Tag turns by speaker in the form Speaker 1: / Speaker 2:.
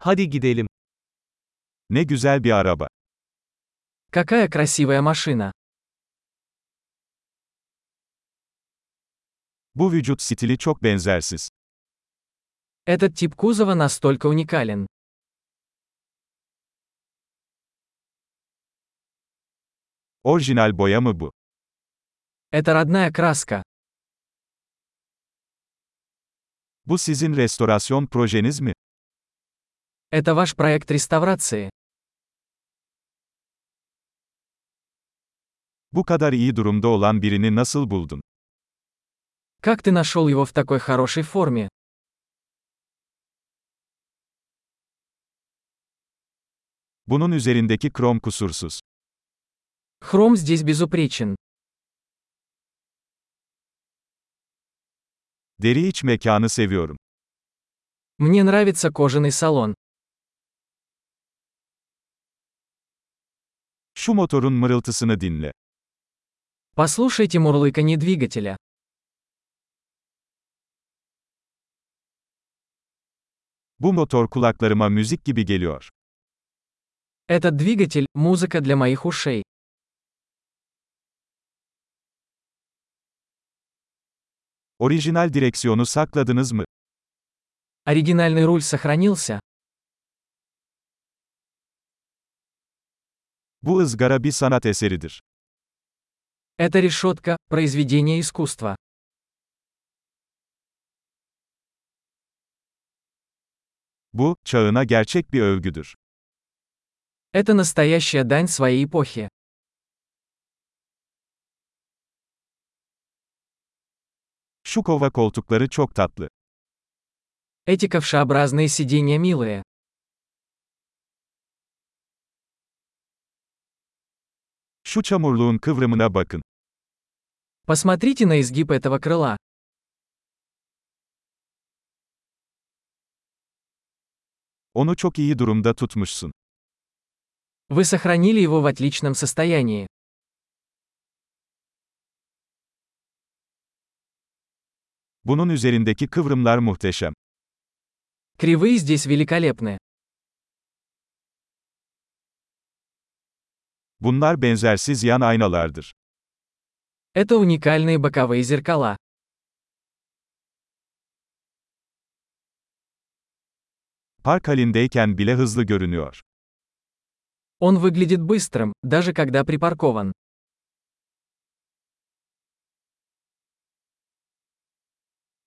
Speaker 1: Hadi gidelim. Ne güzel bir araba.
Speaker 2: Какая красивая машина.
Speaker 1: Bu vücut stili çok benzersiz.
Speaker 2: Этот тип кузова настолько уникален.
Speaker 1: Orijinal boya mı bu?
Speaker 2: Это родная краска.
Speaker 1: Bu sizin restorasyon projeniz mi?
Speaker 2: Это ваш проект реставрации.
Speaker 1: Bu kadar iyi durumda olan birini nasıl buldun?
Speaker 2: Как ты нашел его в такой хорошей форме?
Speaker 1: Bunun üzerindeki krom kusursuz.
Speaker 2: Хром здесь безупречен.
Speaker 1: Deri iç mekanı seviyorum.
Speaker 2: Мне нравится кожаный салон.
Speaker 1: Şu motorun mırıltısını dinle.
Speaker 2: Послушайте мурлыканье двигателя.
Speaker 1: Bu motor kulaklarıma müzik gibi geliyor.
Speaker 2: Этот двигатель – музыка для моих ушей.
Speaker 1: Orijinal direksiyonu sakladınız mı?
Speaker 2: Оригинальный руль сохранился.
Speaker 1: Bu ızgara bir sanat eseridir.
Speaker 2: Это решетка – произведение искусства.
Speaker 1: Bu, çağına gerçek bir övgüdür.
Speaker 2: Это настоящая дань своей эпохи.
Speaker 1: Şu kova koltukları çok tatlı.
Speaker 2: Эти ковшеобразные сиденья милые.
Speaker 1: Şu çamurluğun kıvrımına bakın.
Speaker 2: Посмотрите на изгиб этого крыла.
Speaker 1: Onu çok iyi durumda tutmuşsun.
Speaker 2: Вы сохранили его в отличном состоянии.
Speaker 1: Bunun üzerindeki kıvrımlar muhteşem.
Speaker 2: Кривые здесь великолепны.
Speaker 1: Bunlar benzersiz yan aynalardır.
Speaker 2: Это уникальные боковые зеркала.
Speaker 1: Park halindeyken bile hızlı görünüyor.
Speaker 2: Он выглядит быстрым, даже когда припаркован.